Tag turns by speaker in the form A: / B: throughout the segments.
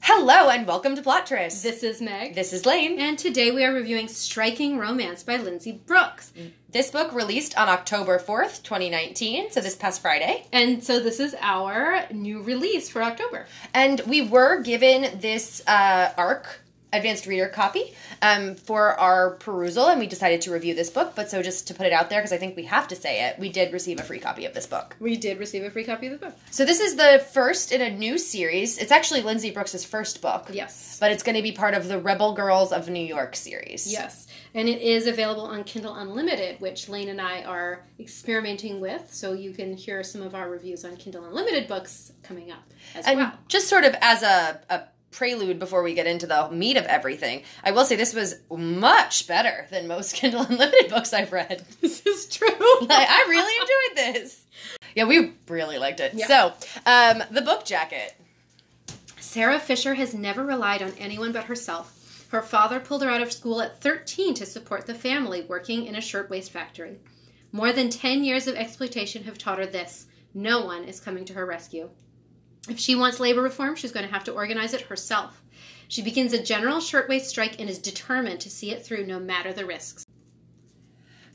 A: Hello and welcome to Plot Trace.
B: This is Meg.
A: This is Lane.
B: and today we are reviewing Striking Romance by Lindsay Brooks.
A: This book released on October 4th, 2019, so this past Friday.
B: And so this is our new release for October.
A: And we were given this uh, ARC advanced reader copy um, for our perusal, and we decided to review this book. But so just to put it out there, because I think we have to say it, we did receive a free copy of this book.
B: We did receive a free copy of the book.
A: So this is the first in a new series. It's actually Lindsay Brooks's first book.
B: Yes.
A: But it's going to be part of the Rebel Girls of New York series.
B: Yes. And it is available on Kindle Unlimited, which Lane and I are experimenting with. So you can hear some of our reviews on Kindle Unlimited books coming up as
A: And
B: well.
A: just sort of as a, a prelude before we get into the meat of everything, I will say this was much better than most Kindle Unlimited books I've read.
B: This is true.
A: I, I really enjoyed this. Yeah, we really liked it.
B: Yeah.
A: So, um, the book jacket.
B: Sarah Fisher has never relied on anyone but herself. Her father pulled her out of school at 13 to support the family working in a shirtwaist factory. More than 10 years of exploitation have taught her this no one is coming to her rescue. If she wants labor reform, she's going to have to organize it herself. She begins a general shirtwaist strike and is determined to see it through no matter the risks.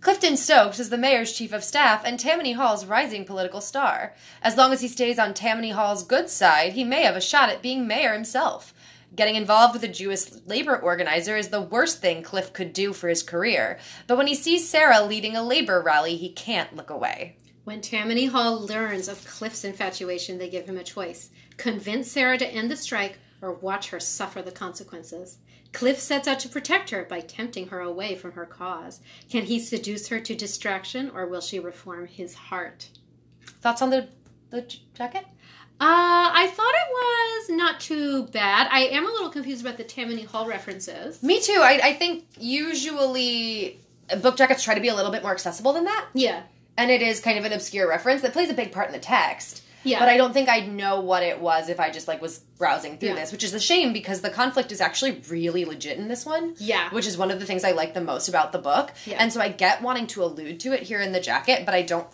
A: Clifton Stokes is the mayor's chief of staff and Tammany Hall's rising political star. As long as he stays on Tammany Hall's good side, he may have a shot at being mayor himself. Getting involved with a Jewish labor organizer is the worst thing Cliff could do for his career, but when he sees Sarah leading a labor rally, he can't look away.
B: When Tammany Hall learns of Cliff's infatuation, they give him a choice convince Sarah to end the strike or watch her suffer the consequences. Cliff sets out to protect her by tempting her away from her cause. Can he seduce her to distraction or will she reform his heart?
A: Thoughts on the the j- jacket?
B: Uh, I thought it was not too bad. I am a little confused about the Tammany Hall references.
A: Me too. I, I think usually book jackets try to be a little bit more accessible than that,
B: Yeah.
A: and it is kind of an obscure reference that plays a big part in the text.
B: Yeah.
A: But I don't think I'd know what it was if I just like was browsing through
B: Yeah.
A: this, which is a shame because the conflict is actually really legit in this one.
B: Yeah.
A: Which is one of the things I like the most about the book.
B: Yeah.
A: And so I get wanting to allude to it here in the jacket, but I don't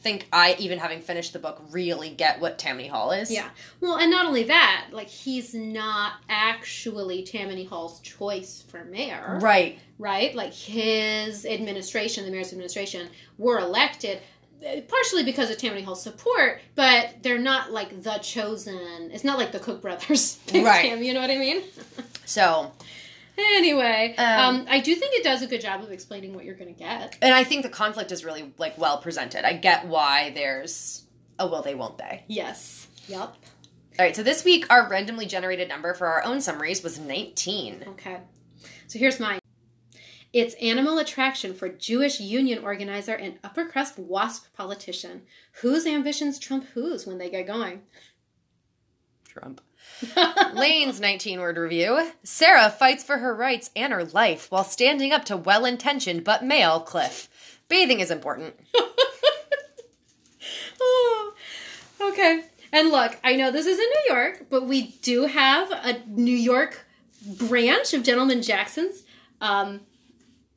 A: think I, even having finished the book, really get what Tammany Hall is.
B: Yeah. Well, and not only that, like he's not actually Tammany Hall's choice for mayor.
A: Right.
B: right? Like his administration, the mayor's administration, were elected eh, partially because of Tammany Hall's support, but they're not like the chosen. It's not like the Cook brothers picked
A: Right.
B: him. You know what I mean?
A: So
B: anyway,
A: Um,
B: um, I do think it does a good job of explaining what you're going to get.
A: and I think the conflict is really like well presented. I get why there's a will they won't they.
B: Yes. Yep.
A: All right, so this week our randomly generated number for our own summaries was 19.
B: Okay. So here's mine. It's animal attraction for Jewish union organizer and upper crust WASP politician. Whose ambitions trump whose when they get going?
A: Trump. Lane's 19 word review Sarah fights for her rights and her life while standing up to well intentioned but male Cliff. Bathing is important.
B: Oh, okay. And look, I know this is in New York, but we do have a New York branch of Gentleman Jackson's. Um,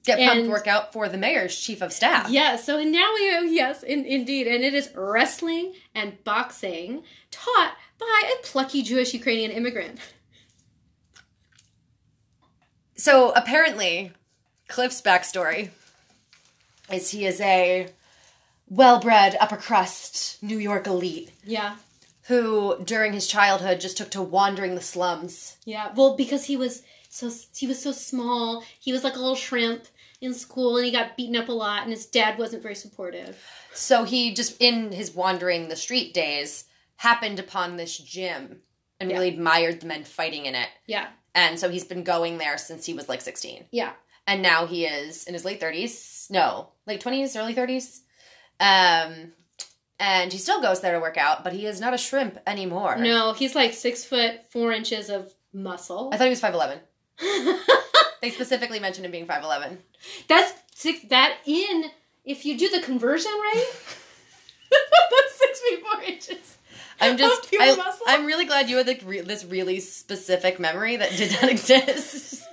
A: Get pumped
B: And-
A: workout for the mayor's chief of staff.
B: yeah, so now we have, yes, in, indeed. And it is wrestling and boxing taught by a plucky Jewish Ukrainian immigrant.
A: So apparently, Cliff's backstory is he is a well bred upper crust New York elite
B: Yeah,
A: who, during his childhood, just took to wandering the slums.
B: yeah. Well, because he was so he was so small, he was like a little shrimp in school, and he got beaten up a lot, and his dad wasn't very supportive.
A: So he just, in his wandering the street days, happened upon this gym and really admired the men fighting in it.
B: Yeah,
A: And so he's been going there since he was like 16.
B: yeah,
A: And now he is in his late 30s. No, late 20s, early 30s. Um, and he still goes there to work out, but he is not a shrimp anymore.
B: No, he's like six foot four inches of muscle.
A: I thought he was 5'11. They specifically mentioned him being 5'11.
B: That's six. That in if you do the conversion rate, that's six feet four inches.
A: I'm just,
B: Of pure
A: I,
B: muscle?
A: I'm really glad you had like re- this really specific memory that did not exist.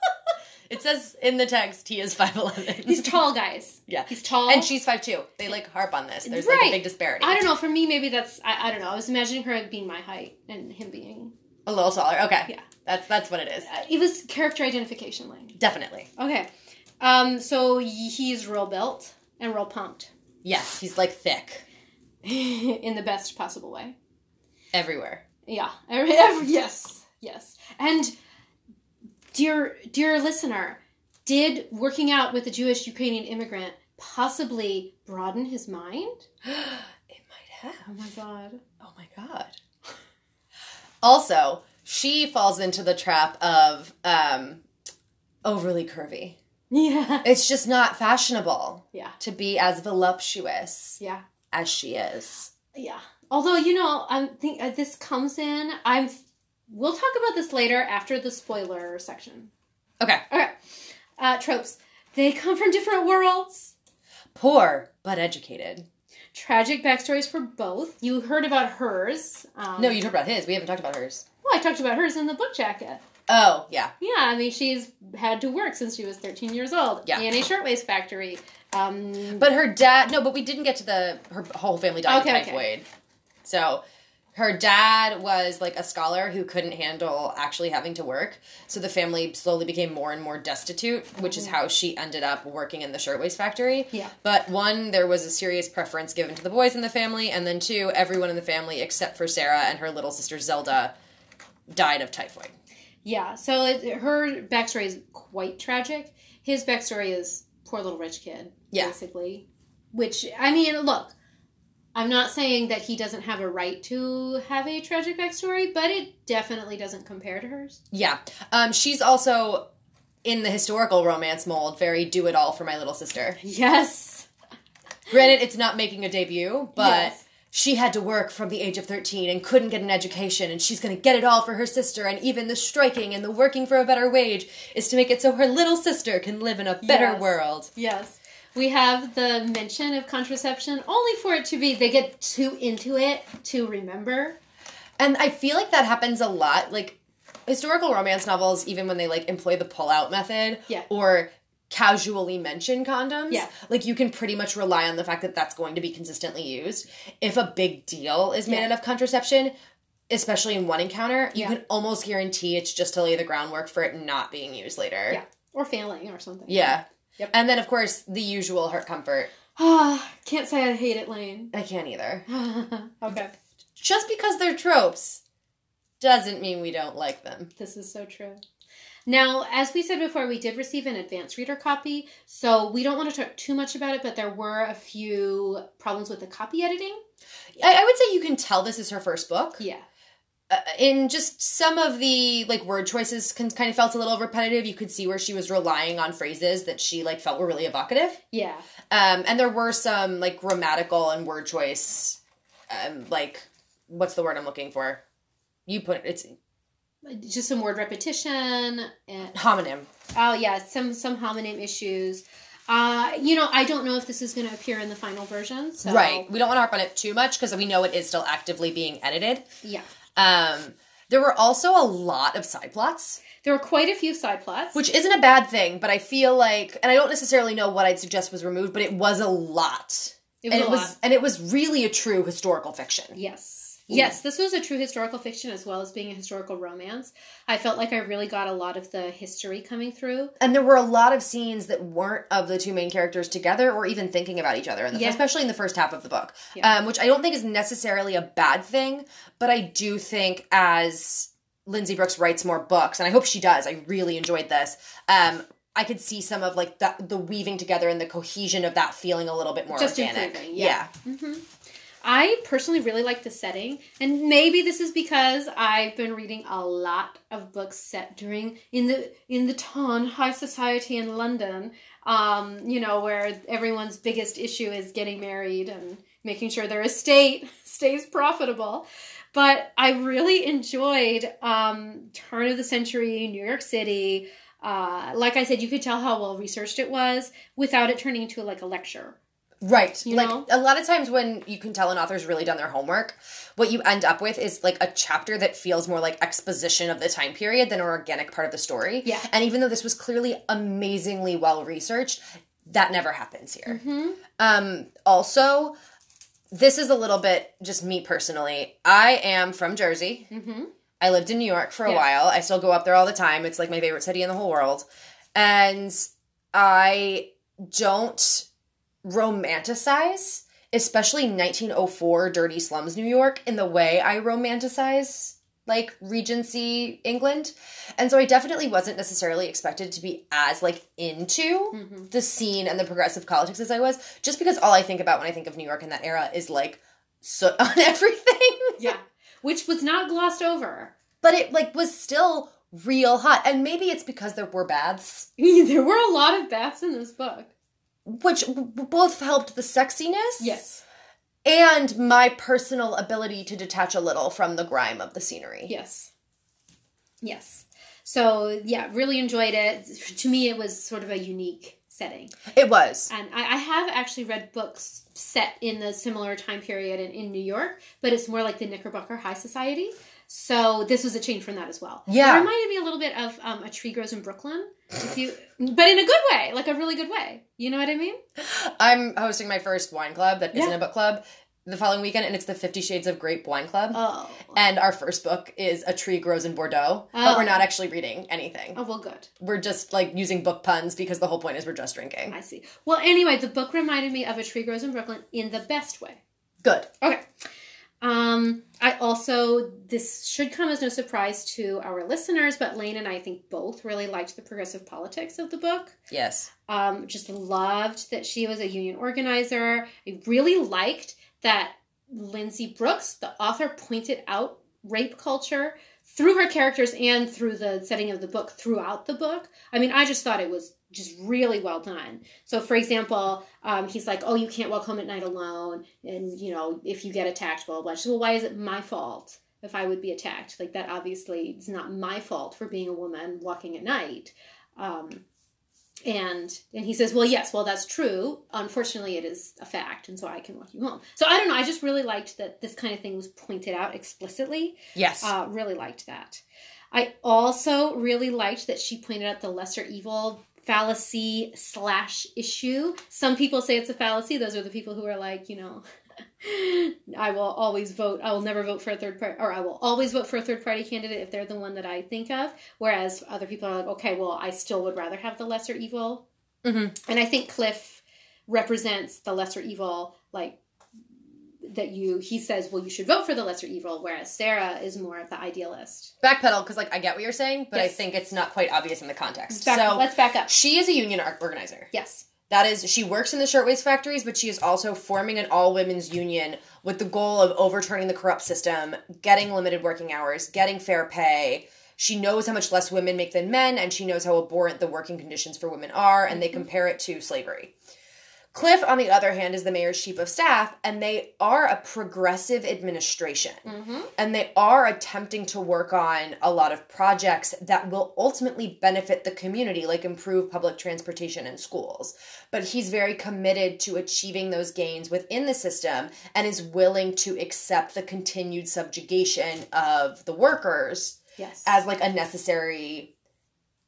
A: it says in the text he is 5'11.
B: He's tall, guys.
A: yeah.
B: He's tall.
A: and she's 5'2. They like harp on this. There's like a
B: Right.
A: big disparity.
B: I don't know. For me, maybe that's I, I don't know. I was imagining her being my height and him being
A: A little taller. Okay.
B: Yeah.
A: That's that's what it is.
B: Uh, It was character identification language.
A: Definitely.
B: Okay. Um, so y- he's real built and real pumped
A: Yes, he's like thick
B: in the best possible way.
A: everywhere.
B: Yeah. Every, every, yes. Yes. And dear dear listener, did working out with a Jewish Ukrainian immigrant possibly broaden his mind?
A: it might have.
B: Oh my god.
A: Oh my god. Also, she falls into the trap of um overly curvy.
B: Yeah.
A: It's just not fashionable
B: Yeah.
A: to be as voluptuous
B: Yeah.
A: as she is.
B: Yeah. Although you know, I'm think uh, this comes in. I'm. We'll talk about this later after the spoiler section.
A: Okay.
B: Okay. Uh, tropes. They come from different worlds.
A: Poor but educated.
B: Tragic backstories for both. You heard about hers. Um,
A: No, you talked about his. We haven't talked about hers.
B: Well, I talked about hers in the book jacket.
A: Oh, yeah.
B: Yeah, I mean, she's had to work since she was 13 years old.
A: Yeah.
B: In a shirtwaist factory. Um,
A: But her dad. No, but we didn't get to the her whole family died
B: Okay,
A: of
B: okay.
A: typhoid. So her dad was like a scholar who couldn't handle actually having to work. So the family slowly became more and more destitute, which is how she ended up working in the shirtwaist factory.
B: Mm. Yeah.
A: But one, there was a serious preference given to the boys in the family, and then two, everyone in the family except for Sarah and her little sister Zelda died of typhoid.
B: yeah. So it, her backstory is quite tragic. His backstory is poor little rich kid.
A: Yeah.
B: Basically. Which, I mean, look, I'm not saying that he doesn't have a right to have a tragic backstory, but it definitely doesn't compare to hers.
A: Yeah. Um, she's also in the historical romance mold, very do it all for my little sister.
B: Yes.
A: Granted, it's not making a debut, but
B: Yes.
A: she had to work from the age of 13 and couldn't get an education, and she's gonna get it all for her sister. And even the striking and the working for a better wage is to make it so her little sister can live in a better
B: Yes.
A: world.
B: Yes. We have the mention of contraception only for it to be they get too into it to remember.
A: And I feel like that happens a lot. Like historical romance novels, even when they like employ the pull out method
B: Yeah.
A: or casually mention condoms,
B: Yeah.
A: like you can pretty much rely on the fact that that's going to be consistently used. If a big deal is made
B: Yeah.
A: out of contraception, especially in one encounter, you
B: Yeah.
A: can almost guarantee it's just to lay the groundwork for it not being used later.
B: Yeah. Or failing or something.
A: Yeah.
B: Yep.
A: And then, of course, the usual heart comfort.
B: Ah, can't say I hate it, Lane.
A: I can't either.
B: okay.
A: Just because they're tropes doesn't mean we don't like them.
B: This is so true. Now, as we said before, we did receive an advanced reader copy, so we don't want to talk too much about it, but there were a few problems with the copy editing.
A: I, I would say you can tell this is her first book.
B: Yeah.
A: Uh, in just some of the like word choices, can, kind of felt a little repetitive. You could see where she was relying on phrases that she like felt were really evocative.
B: Yeah.
A: Um, and there were some like grammatical and word choice, um, like what's the word I'm looking for? You put it's
B: Just some word repetition and
A: homonym.
B: Oh yeah, some some homonym issues. Uh, you know, I don't know if this is going to appear in the final version. So
A: Right. We don't want to harp on it too much because we know it is still actively being edited.
B: Yeah,
A: Um, there were also a lot of side plots.
B: there were quite a few side plots.
A: which isn't a bad thing but i feel like and i don't necessarily know what i'd suggest was removed but it was a lot
B: it
A: and
B: was,
A: it
B: a
A: was
B: lot.
A: and it was really a true historical fiction
B: yes, yes. This was a true historical fiction as well as being a historical romance. I felt like I really got a lot of the history coming through.
A: and there were a lot of scenes that weren't of the two main characters together or even thinking about each other in the,
B: Yeah.
A: especially in the first half of the book
B: Yeah.
A: um, which i don't think is necessarily a bad thing but i do think as lindsay brooks writes more books and i hope she does i really enjoyed this um, i could see some of like the, the weaving together and the cohesion of that feeling a little bit more
B: Just
A: organic
B: improving, yeah. I personally really like the setting, and maybe this is because I've been reading a lot of books set during in the in the ton high society in London. Um, you know, where everyone's biggest issue is getting married and making sure their estate stays profitable. But I really enjoyed um, turn of the century New York City. Uh, like I said, you could tell how well researched it was without it turning into like a lecture.
A: Right.
B: You
A: like
B: know?
A: a lot of times when you can tell an author's really done their homework, what you end up with is like a chapter that feels more like exposition of the time period than an organic part of the story.
B: Yeah.
A: And even though this was clearly amazingly well researched, that never happens here.
B: Mm-hmm.
A: Um also this is a little bit just me personally. I am from Jersey.
B: Mm-hmm.
A: I lived in New York for a
B: Yeah.
A: while. I still go up there all the time. It's like my favorite city in the whole world. And I don't romanticize, especially 1904 dirty slums New York, in the way I romanticize like Regency England. And so I definitely wasn't necessarily expected to be as like into
B: Mm-hmm.
A: the scene and the progressive politics as I was, just because all I think about when I think of New York in that era is like soot on everything.
B: Yeah. Which was not glossed over.
A: but it like was still real hot and maybe it's because there were baths
B: there were a lot of baths in this book.
A: which w- w- both helped the sexiness
B: Yes.
A: and my personal ability to detach a little from the grime of the scenery
B: Yes. Yes. So, yeah, really enjoyed it. To me, it was sort of a unique setting.
A: it was
B: And I, I have actually read books set in the similar time period in, in New York, but it's more like the Knickerbocker High Society. So this was a change from that as well.
A: Yeah.
B: It reminded me a little bit of um, A Tree Grows in Brooklyn, if you, but in a good way, like a really good way. You know what I mean?
A: i'm hosting my first wine club that not
B: Yeah.
A: a book club the following weekend and it's the 50 shades of grape wine club
B: Oh.
A: and our first book is a tree grows in bordeaux
B: Oh.
A: but we're not actually reading anything
B: Oh, well, good.
A: we're just like using book puns because the whole point is we're just drinking
B: I see. Well, anyway, the book reminded me of A Tree Grows in Brooklyn in the best way.
A: good
B: Okay. Um, I also, this should come as no surprise to our listeners, but Lane and I think both really liked the progressive politics of the book.
A: yes
B: Um, just loved that she was a union organizer. I really liked that Lindsay Brooks, the author, pointed out rape culture through her characters and through the setting of the book throughout the book. I mean, I just thought it was just really well done. So, for example, um, he's like, "Oh, you can't walk home at night alone," and you know, if you get attacked, blah blah. blah. She says, "Well, why is it my fault?" If I would be attacked, like that, obviously, it's not my fault for being a woman walking at night. Um, and and he says well yes well that's true unfortunately it is a fact and so i can walk you home so i don't know i just really liked that this kind of thing was pointed out explicitly
A: yes
B: uh, really liked that i also really liked that she pointed out the lesser evil fallacy slash issue some people say it's a fallacy those are the people who are like you know i will always vote i will never vote for a third party or i will always vote for a third party candidate if they're the one that i think of whereas other people are like okay well i still would rather have the lesser evil
A: hmm
B: and I think Cliff represents the lesser evil, like that you he says, well, you should vote for the lesser evil, whereas Sarah is more of the idealist.
A: backpedal because like i get what you're saying but i
B: Yes.
A: think it's not quite obvious in the context
B: Back-
A: so
B: let's back up.
A: she is a union ar- organizer
B: Yes.
A: that is she works in the shirtwaist factories but she is also forming an all women's union with the goal of overturning the corrupt system getting limited working hours getting fair pay she knows how much less women make than men and she knows how abhorrent the working conditions for women are
B: Mm-hmm.
A: and they compare it to slavery cliff on the other hand is the mayor's chief of staff and they are a progressive administration
B: Mm-hmm.
A: and they are attempting to work on a lot of projects that will ultimately benefit the community, like improve public transportation and schools. But he's very committed to achieving those gains within the system and is willing to accept the continued subjugation of the workers
B: Yes.
A: as like a necessary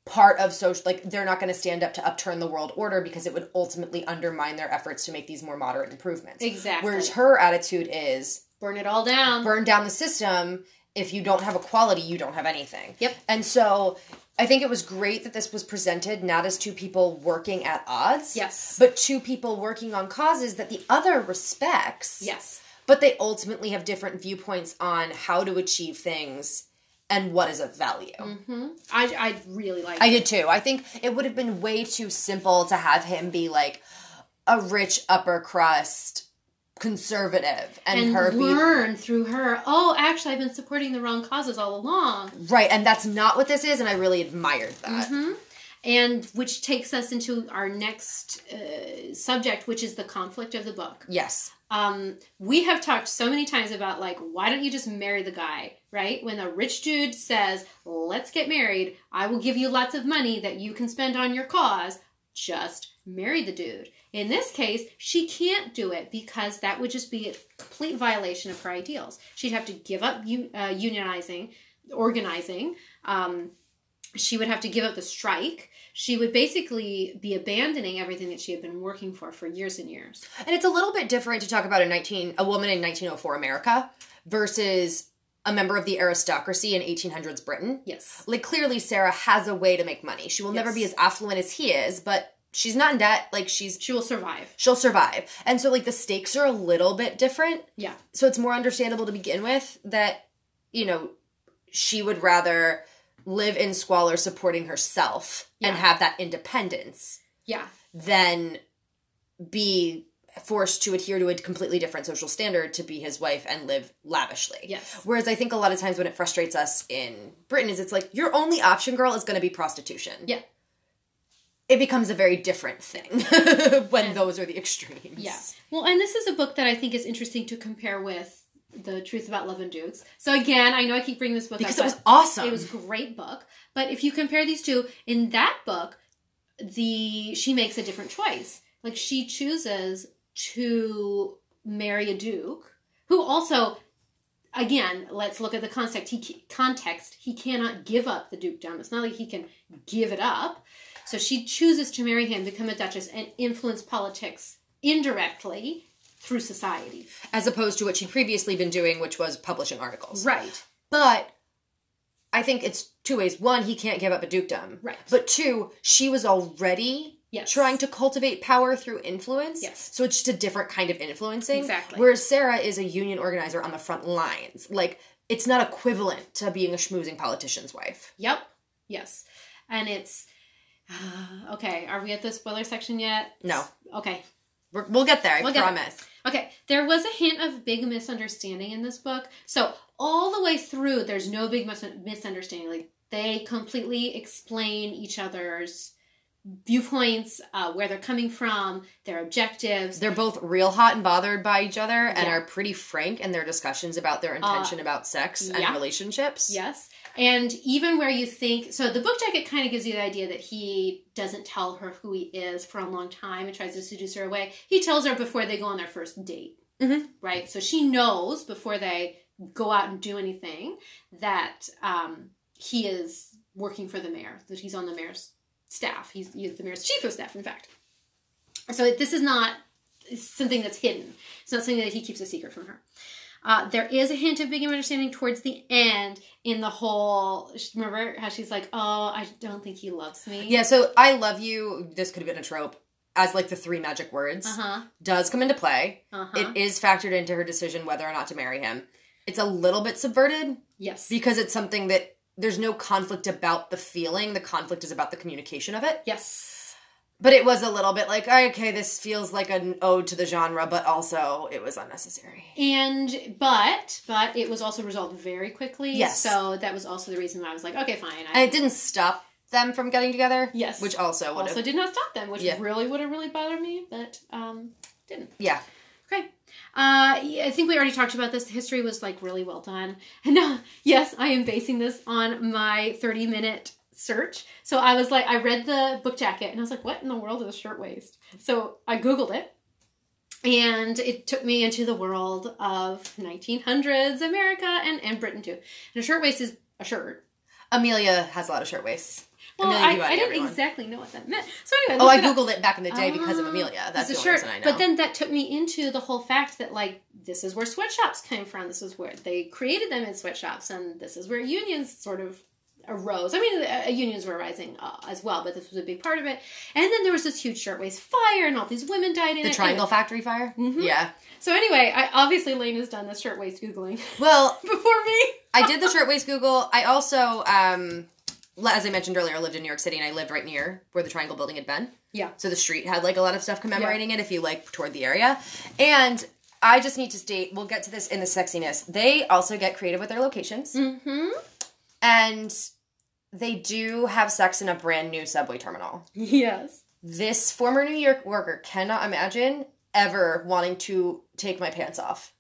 A: part of social like they're not going to stand up to upturn the world order because it would ultimately undermine their efforts to make these more moderate improvements.
B: exactly.
A: Whereas her attitude is
B: Burn it all down.
A: burn down the system if you don't have a quality you don't have anything
B: Yep.
A: and so i think it was great that this was presented not as two people working at odds
B: Yes.
A: but two people working on causes that the other respects
B: yes.
A: but they ultimately have different viewpoints on how to achieve things and what is of value
B: Mm-hmm. I I really like.
A: I
B: it.
A: did too. I think it would have been way too simple to have him be like a rich upper crust conservative and,
B: and
A: her be
B: learn through her. Oh, actually, I've been supporting the wrong causes all along.
A: Right, and that's not what this is, and I really admired that.
B: hmm And which takes us into our next uh, subject, which is the conflict of the book.
A: Yes.
B: um, we have talked so many times about like why don't you just marry the guy right when the rich dude says let's get married i will give you lots of money that you can spend on your cause just marry the dude in this case she can't do it because that would just be a complete violation of her ideals she'd have to give up u- uh, unionizing organizing um, she would have to give up the strike she would basically be abandoning everything that she had been working for for years and years
A: And it's a little bit different to talk about a 19 a woman in 1904 America oh versus a member of the aristocracy in 1800s Britain.
B: Yes.
A: Like, clearly, Sarah has a way to make money. She will never
B: Yes.
A: be as affluent as he is, but she's not in debt. Like, she's.
B: She will survive.
A: She'll survive. And so, like, the stakes are a little bit different.
B: Yeah.
A: So it's more understandable to begin with that, you know, she would rather live in squalor supporting herself and
B: Yeah.
A: have that independence
B: Yeah.
A: than be forced to adhere to a completely different social standard to be his wife and live lavishly.
B: Yes.
A: Whereas I think a lot of times when it frustrates us in Britain is it's like your only option, girl, is going to be prostitution.
B: Yeah.
A: It becomes a very different thing when
B: And-
A: those are the extremes.
B: Yeah. Well, and this is a book that I think is interesting to compare with The Truth About Love and Dukes. So again, I know I keep bringing this book
A: Because
B: up.
A: it was
B: but
A: awesome.
B: it was a great book. But if you compare these two, in that book, the she makes a different choice. Like she chooses to marry a duke who also again, let's look at the context. He ca- context he cannot give up the dukedom. It's not like he can give it up. So she chooses to marry him, become a duchess, and influence politics indirectly through society.
A: as opposed to what she'd previously been doing, which was publishing articles.
B: Right.
A: But I think it's two ways. One, he can't give up a dukedom.
B: Right.
A: But two, she was already
B: Yes.
A: trying to cultivate power through influence.
B: Yes.
A: So it's just a different kind of influencing.
B: Exactly.
A: Whereas Sarah is a union organizer on the front lines. Like, it's not equivalent to being a schmoozing politician's wife.
B: Yep. Yes. And it's okay. Are we at the spoiler section yet?
A: No.
B: Okay.
A: We're, we'll get there, I
B: We'll get there.
A: promise.
B: Okay. There was a hint of big misunderstanding in this book. So all the way through, there's no big mis- misunderstanding. Like they completely explain each other's viewpoints, uh, where they're coming from, their objectives.
A: They're both real hot and bothered by each other and
B: Yeah. Uh,
A: are pretty frank in their discussions about their intention about sex and
B: yeah.
A: relationships.
B: Yes. And even where you think, so the book jacket kind of gives you the idea that he doesn't tell her who he is for a long time and tries to seduce her away. He tells her before they go on their first date.
A: Mhm.
B: Right? So she knows before they go out and do anything that um, he is working for the mayor, that he's on the mayor's staff. He's, he's the mayor's chief of staff, in fact. So it- this is not something that's hidden, it's not something that he keeps a secret from her. Uh, there is a hint of big understanding towards the end in the whole. Remember how she's like, "Oh, I don't think he loves me."
A: Yeah, so I love you, this could have been a trope, as like the three magic words,
B: Uh huh.
A: does come into play.
B: Uh huh.
A: It is factored into her decision whether or not to marry him. It's a little bit subverted
B: Yes.
A: because it's something that there's no conflict about the feeling, the conflict is about the communication of it.
B: Yes.
A: But it was a little bit like, okay, this feels like an ode to the genre, but also it was unnecessary.
B: And but but it was also resolved very quickly.
A: Yes.
B: So that was also the reason why I was like, okay, fine. I,
A: And it didn't stop them from getting together.
B: Yes.
A: Which also would
B: also
A: have.
B: did not stop them, which
A: Yeah.
B: really would have really bothered me, but um, didn't.
A: Yeah.
B: Okay. Uh, yeah, I think we already talked about this. The history was like really well done. And uh, yes, I am basing this on my 30 minute search. So I was like, I read the book jacket and I was like, what in the world is a shirtwaist? So I Googled it. And it took me into the world of 1900s America and, and Britain too. And a shirtwaist is a shirt.
A: Amelia has a lot of shirtwaists.
B: Well,
A: Amelia
B: I,
A: Vivaldi,
B: I didn't
A: everyone.
B: exactly know what that meant. So anyway,
A: Oh,
B: looked
A: I
B: it up.
A: Googled it back in the day because of
B: Ah,
A: Amelia. That's the
B: It's a
A: only reason I know.
B: But then that took me into the whole fact that like this is where sweatshops came from. This is where they created them in sweatshops, and this is where unions sort of arose. I mean, uh, unions were rising uh, as well, but this was a big part of it. And then there was this huge shirtwaist fire, and all these women died in
A: The
B: it.
A: Triangle Factory fire?
B: Mhm.
A: Yeah.
B: So anyway, I obviously Lane has done this shirtwaist googling
A: Well,
B: before me.
A: I did the shirtwaist Google. I also, um, le- as I mentioned earlier, I lived in New York City and I lived right near where the Triangle Building had been.
B: Yeah.
A: So the street had like a lot of stuff commemorating it if you like toured the area. And I just need to state, we'll get to this in the sexiness. They also get creative with their locations
B: Mm-hmm.
A: and they do have sex in a brand new subway terminal.
B: Yes.
A: This former New York worker cannot imagine ever wanting to take my pants off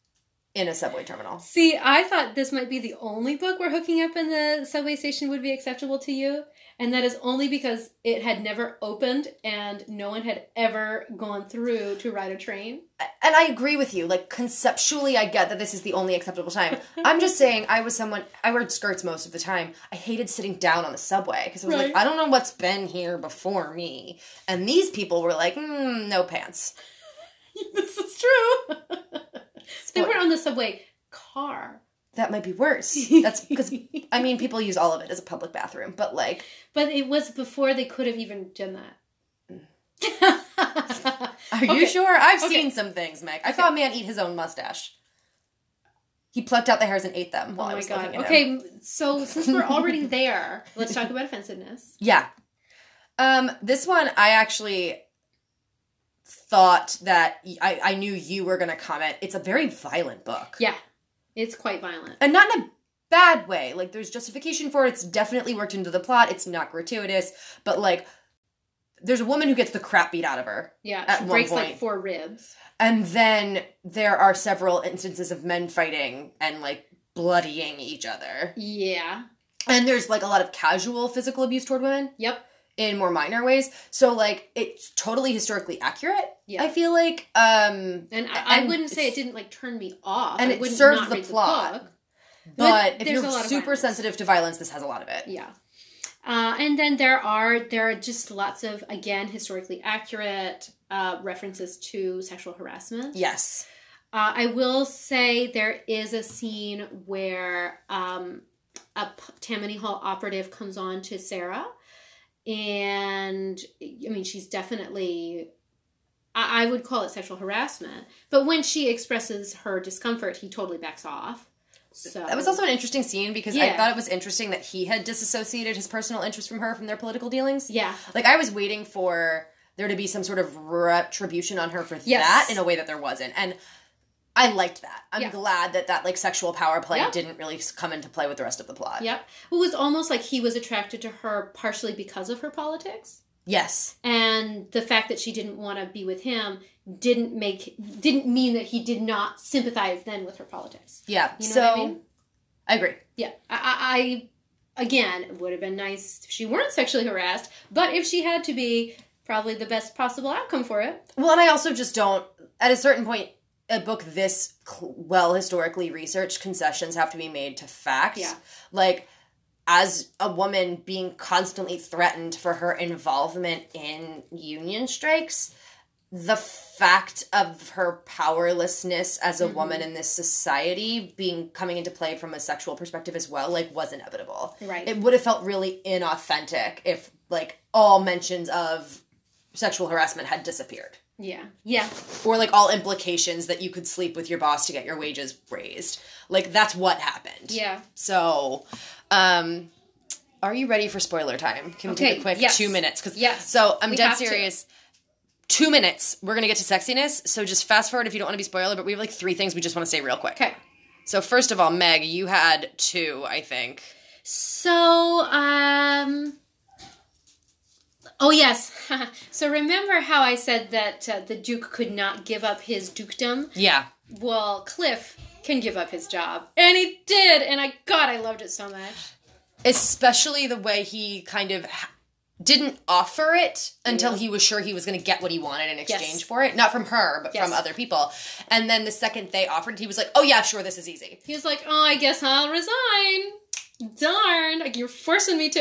A: in a subway terminal.
B: See, I thought this might be the only book where hooking up in the subway station would be acceptable to you, and that is only because it had never opened and no one had ever gone through to ride a train.
A: and I agree with you. Like conceptually, I get that this is the only acceptable time. I'm just saying, I was someone. I wore skirts most of the time. I hated sitting down on the subway because I was like,
B: Right.
A: I don't know what's been here before me. And these people were like, mm, no pants.
B: this is true. they were on the subway car.
A: That might be worse. That's because I mean people use all of it as a public bathroom, but like
B: But it was before they could have even done that.
A: Are
B: Okay.
A: you sure? I've
B: Okay.
A: seen some things, Meg. I saw a man eat his own mustache. He plucked out the hairs and ate them while
B: Oh
A: I
B: my
A: was
B: god.
A: looking at him.
B: Okay, so since we're already there, let's talk about offensiveness.
A: Yeah. Um, this one I actually thought that I, I knew you were gonna comment. It's a very violent book.
B: Yeah, it's quite violent.
A: And not in a bad way. Like there's justification for it. It's definitely worked into the plot. It's not gratuitous, but like there's a woman who gets the crap beat out of her.
B: Yeah,
A: At
B: she
A: one
B: breaks like
A: point.
B: four ribs.
A: And then there are several instances of men fighting and like bloodying each other.
B: Yeah.
A: And there's like a lot of casual physical abuse toward women
B: Yep.
A: in more minor ways. So like it's totally historically accurate.
B: Yeah.
A: I feel like um
B: and I, I
A: and
B: wouldn't say it
A: it's-
B: didn't like turn me off.
A: and
B: I
A: it
B: wouldn't
A: served
B: not
A: the
B: read
A: plot.
B: book.
A: but if
B: there's
A: you're
B: a lot of
A: super
B: violence.
A: sensitive to violence, this has a lot of it.
B: Yeah. Uh, and then there are there are just lots of again historically accurate uh, references to sexual harassment.
A: Yes.
B: Uh, I will say there is a scene where um, a p- Tammany Hall operative comes on to Sarah, and I mean she's definitely. I I would call it sexual harassment, but when she expresses her discomfort, he totally backs off. So
A: That was also an interesting scene because
B: Yeah.
A: I thought it was interesting that he had disassociated his personal interest from her from their political dealings.
B: yeah,
A: Like I was waiting for there to be some sort of retribution on her for
B: Yes.
A: that in a way that there wasn't. And I liked that. I'm
B: Yeah.
A: glad that that like sexual power play
B: Yeah.
A: didn't really s- come into play with the rest of the plot.
B: yep. It was almost like he was attracted to her partially because of her politics.
A: Yes.
B: and the fact that she didn't want to be with him didn't make didn't mean that he did not sympathize then with her politics.
A: Yeah.
B: You know
A: so
B: what I mean?
A: I agree.
B: Yeah, I, I, I again it would have been nice if she weren't sexually harassed, but if she had to be, probably the best possible outcome for it.
A: Well, and I also just don't. At a certain point, a book this cl- well historically researched, concessions have to be made to fact.
B: Yeah.
A: Like, as a woman being constantly threatened for her involvement in union strikes, the fact of her powerlessness as a
B: Mm-hmm.
A: woman in this society being coming into play from a sexual perspective as well, like, was inevitable.
B: Right.
A: It would have felt really inauthentic if, like, all mentions of sexual harassment had disappeared
B: yeah. Yeah.
A: or like all implications that you could sleep with your boss to get your wages raised. Like that's what happened.
B: Yeah.
A: So, um are you ready for spoiler time? Can we take
B: Okay,
A: a quick
B: yes.
A: 2 minutes cuz
B: Yes,
A: so I'm
B: we
A: dead
B: have to.
A: serious. 2 minutes. We're going to get to sexiness, so just fast forward if you don't want to be spoiler, but we have like three things we just want to say real quick.
B: Okay.
A: So first of all, Meg, you had two, I think.
B: So, um, oh yes. so remember how I said that uh, the Duke could not give up his dukedom?
A: Yeah.
B: well, Cliff can give up his job. And he did, and I god, I loved it so much.
A: Especially the way he kind of ha- didn't offer it until
B: Yeah.
A: he was sure he was going to get what he wanted in exchange
B: Yes.
A: for it. Not from her, but from
B: Yes.
A: other people. And then the second they offered, he was like, oh, yeah, sure, this is easy.
B: He was like, "Oh, I guess I'll resign." Darn, like you're forcing me to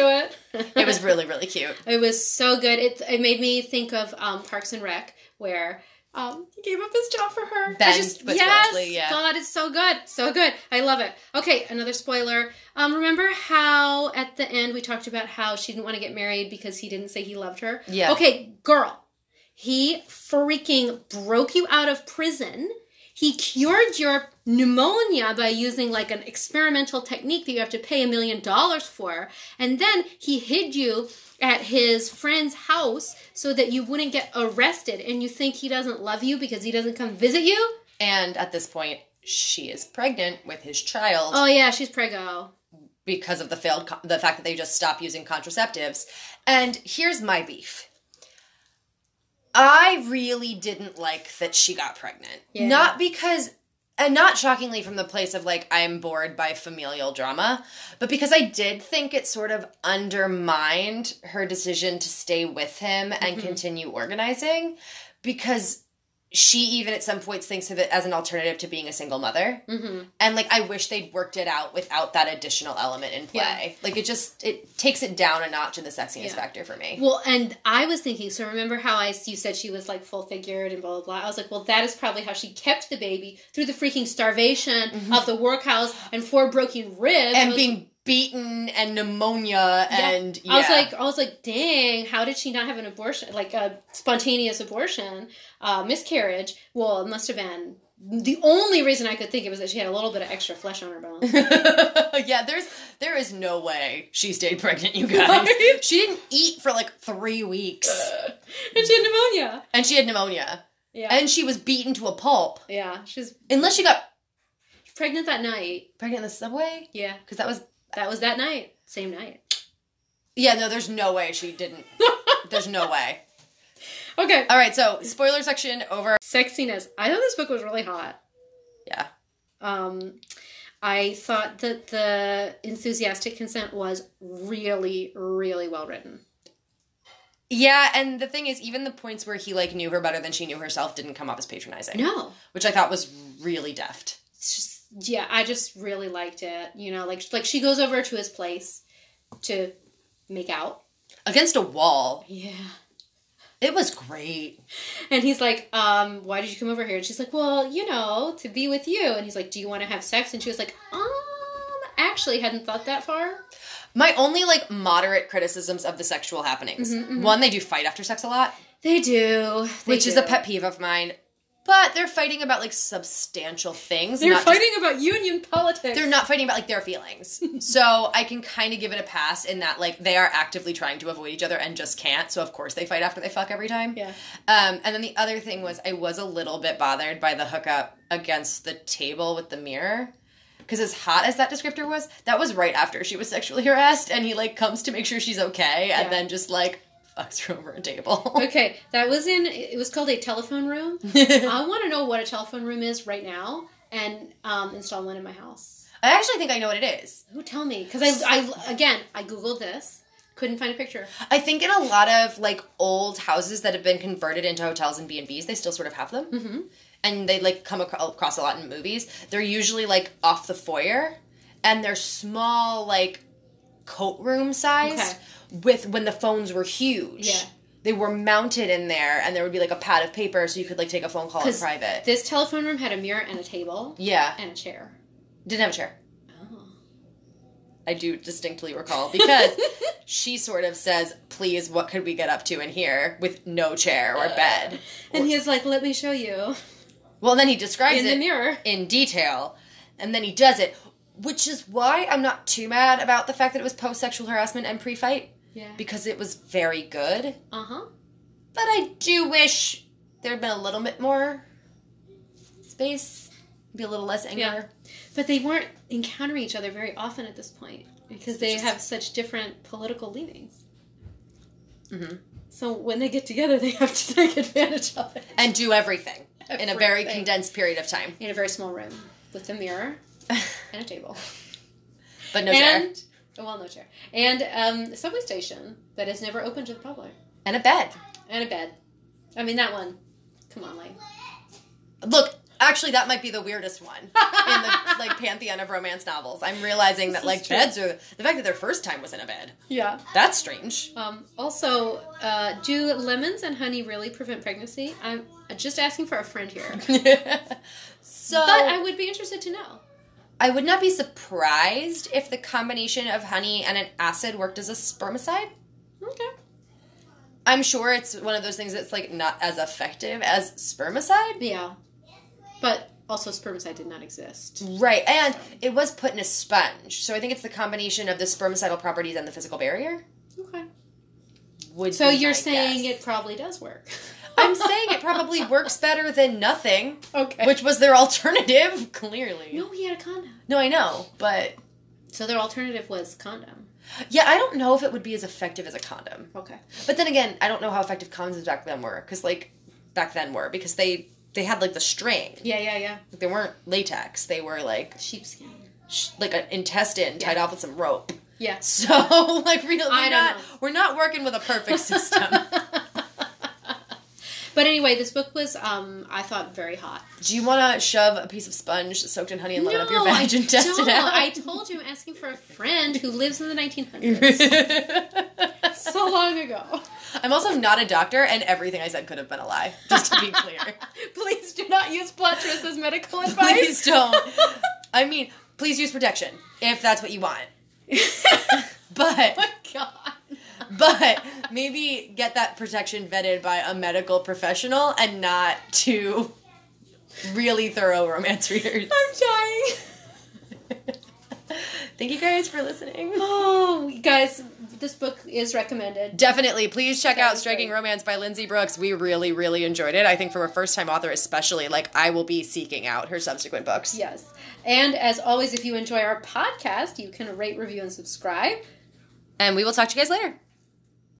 B: it.
A: It was really, really cute.
B: it was so good. It it made me think of um, Parks and Rec where um, he gave up his job for her.
A: Ben
B: I just
A: was
B: yes,
A: Wesley, yeah.
B: God, it's so good, so good. I love it. Okay, another spoiler. Um, remember how at the end we talked about how she didn't want to get married because he didn't say he loved her.
A: Yeah.
B: Okay, girl, he freaking broke you out of prison. He cured your pneumonia by using like an experimental technique that you have to pay a million dollars for. And then he hid you at his friend's house so that you wouldn't get arrested. And you think he doesn't love you because he doesn't come visit you?
A: And at this point, she is pregnant with his child
B: Oh, yeah, she's preggo.
A: because of the failed, co- the fact that they just stopped using contraceptives. And here's my beef. I really didn't like that she got pregnant.
B: Yeah.
A: Not because, and not shockingly from the place of like, I'm bored by familial drama, but because I did think it sort of undermined her decision to stay with him and continue organizing because she even at some points thinks of it as an alternative to being a single mother.
B: Mm-hmm.
A: And like I wish they'd worked it out without that additional element in play. Like it just it takes it down a notch in the sexiness
B: Yeah.
A: factor for me.
B: Well, and I was thinking, so remember how I you said she was like full figured and blah blah blah. I was like, well, that is probably how she kept the baby through the freaking starvation of the workhouse and four broken ribs
A: Mm-hmm.
B: I
A: and
B: was-
A: being beaten and pneumonia
B: Yeah.
A: and yeah.
B: I was like, I was like, dang, how did she not have an abortion, like a spontaneous abortion, uh, miscarriage? Well, it must have been the only reason I could think it was that she had a little bit of extra flesh on her bones.
A: yeah, there's there is no way she stayed pregnant, you guys.
B: Right?
A: she didn't eat for like three weeks,
B: and she had pneumonia.
A: and she had pneumonia,
B: Yeah,
A: and she was beaten to a pulp.
B: yeah, she's
A: Unless she got
B: pregnant that night.
A: pregnant in the subway,
B: Yeah,
A: because that was
B: that was that night, same night.
A: yeah. No, there's no way she didn't. there's no way.
B: Okay,
A: All right, so spoiler section over.
B: sexiness. I thought this book was really hot.
A: Yeah.
B: Um, I thought that the enthusiastic consent was really, really well written.
A: Yeah, and the thing is, even the points where he like knew her better than she knew herself didn't come off as patronizing,
B: No,
A: which I thought was really deft.
B: it's just yeah i just really liked it you know like like she goes over to his place to make out
A: Against a wall,
B: yeah
A: it was great.
B: and he's like um why did you come over here and she's like well you know to be with you and he's like do you want to have sex and she was like um actually hadn't thought that far
A: My only like moderate criticisms of the sexual happenings.
B: Mhm, mhm.
A: One, they do fight after sex a lot,
B: they do They
A: which is a
B: do.
A: pet peeve of mine. But they're fighting about like substantial things.
B: they're
A: not just-
B: fighting about union politics
A: they're not fighting about like their feelings. so I can kind of give it a pass in that like they are actively trying to avoid each other and just can't. So of course they fight after they fuck every time.
B: yeah
A: Um, and then the other thing was I was a little bit bothered by the hookup against the table with the mirror. Because as hot as that descriptor was, that was right after she was sexually harassed, and he like comes to make sure she's okay, and
B: Yeah.
A: then just like fucks her over a table.
B: okay that was in it was called a telephone room i want to know what a telephone room is right now and um install one in my house
A: I actually think I know what it is.
B: Who tell me? Because I, I again, I googled this, couldn't find a picture.
A: I think in a lot of like old houses that have been converted into hotels and B and B's, they still sort of have them, mm-hmm. and they like come acro- across a lot in movies. They're usually like off the foyer, and they're small like coat room size. With when the phones were huge,
B: Yeah.
A: they were mounted in there, and there would be like a pad of paper so you could like take a phone call in
B: 'Cause
A: private.
B: This telephone room had a mirror and a table
A: yeah,
B: and a chair.
A: didn't have a chair.
B: Oh.
A: I do distinctly recall because she sort of says, "Please, what could we get up to in here with no chair or bed?"
B: And he's like, "Let me show you
A: Well, then he describes
B: in
A: it
B: the mirror."
A: in detail, and then he does it, which is why I'm not too mad about the fact that it was post sexual harassment and pre fight
B: Yeah.
A: because it was very good.
B: Uh huh.
A: But I do wish there had been a little bit more space, be a little less anger.
B: But they weren't encountering each other very often at this point because they
A: Just-
B: have such different political leanings. Mm-hmm.
A: Mhm.
B: So when they get together, they have to take advantage of it
A: And do everything, in a very
B: Everything.
A: condensed period of time.
B: in a very small room with a mirror and a table.
A: but no chair.
B: and well, no chair, and um, a subway station that is never open to the public,
A: And a bed.
B: and a bed. I mean that one. Come on, like
A: Look, actually, that might be the weirdest one in the like pantheon of romance novels. I'm realizing that
B: This is
A: like
B: true.
A: beds are the fact that their first time was in a bed.
B: yeah.
A: That's strange.
B: Um, also, uh, do lemons and honey really prevent pregnancy? I'm uh, just asking for a friend here,
A: so
B: but I would be interested to know.
A: I would not be surprised if the combination of honey and an acid worked as a spermicide.
B: Okay.
A: I'm sure it's one of those things that's like not as effective as spermicide.
B: Yeah, but also spermicide did not exist.
A: Right, and it was put in a sponge, so I think it's the combination of the spermicidal properties and the physical barrier.
B: Okay.
A: Would
B: So
A: be
B: you're
A: my
B: saying
A: guess.
B: it probably does work.
A: I'm saying it probably works better than nothing,
B: okay.
A: which was their alternative. Clearly,
B: no, he had a condom.
A: no, I know, but
B: So their alternative was condom.
A: yeah, I don't know if it would be as effective as a condom.
B: Okay.
A: But then again, I don't know how effective condoms back then were, because like back then were because they they had like the string.
B: Yeah, yeah, yeah.
A: They weren't latex. They were like
B: Sheepskin.
A: sh- like an intestine tied
B: Yeah.
A: off with some rope.
B: Yeah.
A: So like really, we're
B: I don't
A: not
B: know.
A: we're not working with a perfect system.
B: but But anyway, this book was, um, I thought, very hot.
A: Do you want to shove a piece of sponge soaked in honey and lemon up your
B: I
A: vag and test it
B: don't.
A: out?
B: I told you I'm asking for a friend who lives in the 1900s. so long ago.
A: I'm also not a doctor, and everything I said could have been a lie. Just to be clear,
B: Please do not use bluntness as medical advice.
A: please don't. I mean, please use protection if that's what you want. But
B: my God.
A: but maybe get that protection vetted by a medical professional and not to really thorough romance readers.
B: I'm dying.
A: Thank you guys for listening.
B: Oh, you guys, this book is recommended.
A: Definitely, please check
B: That
A: out
B: was
A: Striking
B: great.
A: Romance by Lindsay Brooks. We really, really enjoyed it. I think from a first time author, especially, like I will be seeking out her subsequent books.
B: Yes. And as always, if you enjoy our podcast, you can rate, review, and subscribe.
A: And we will talk to you guys later.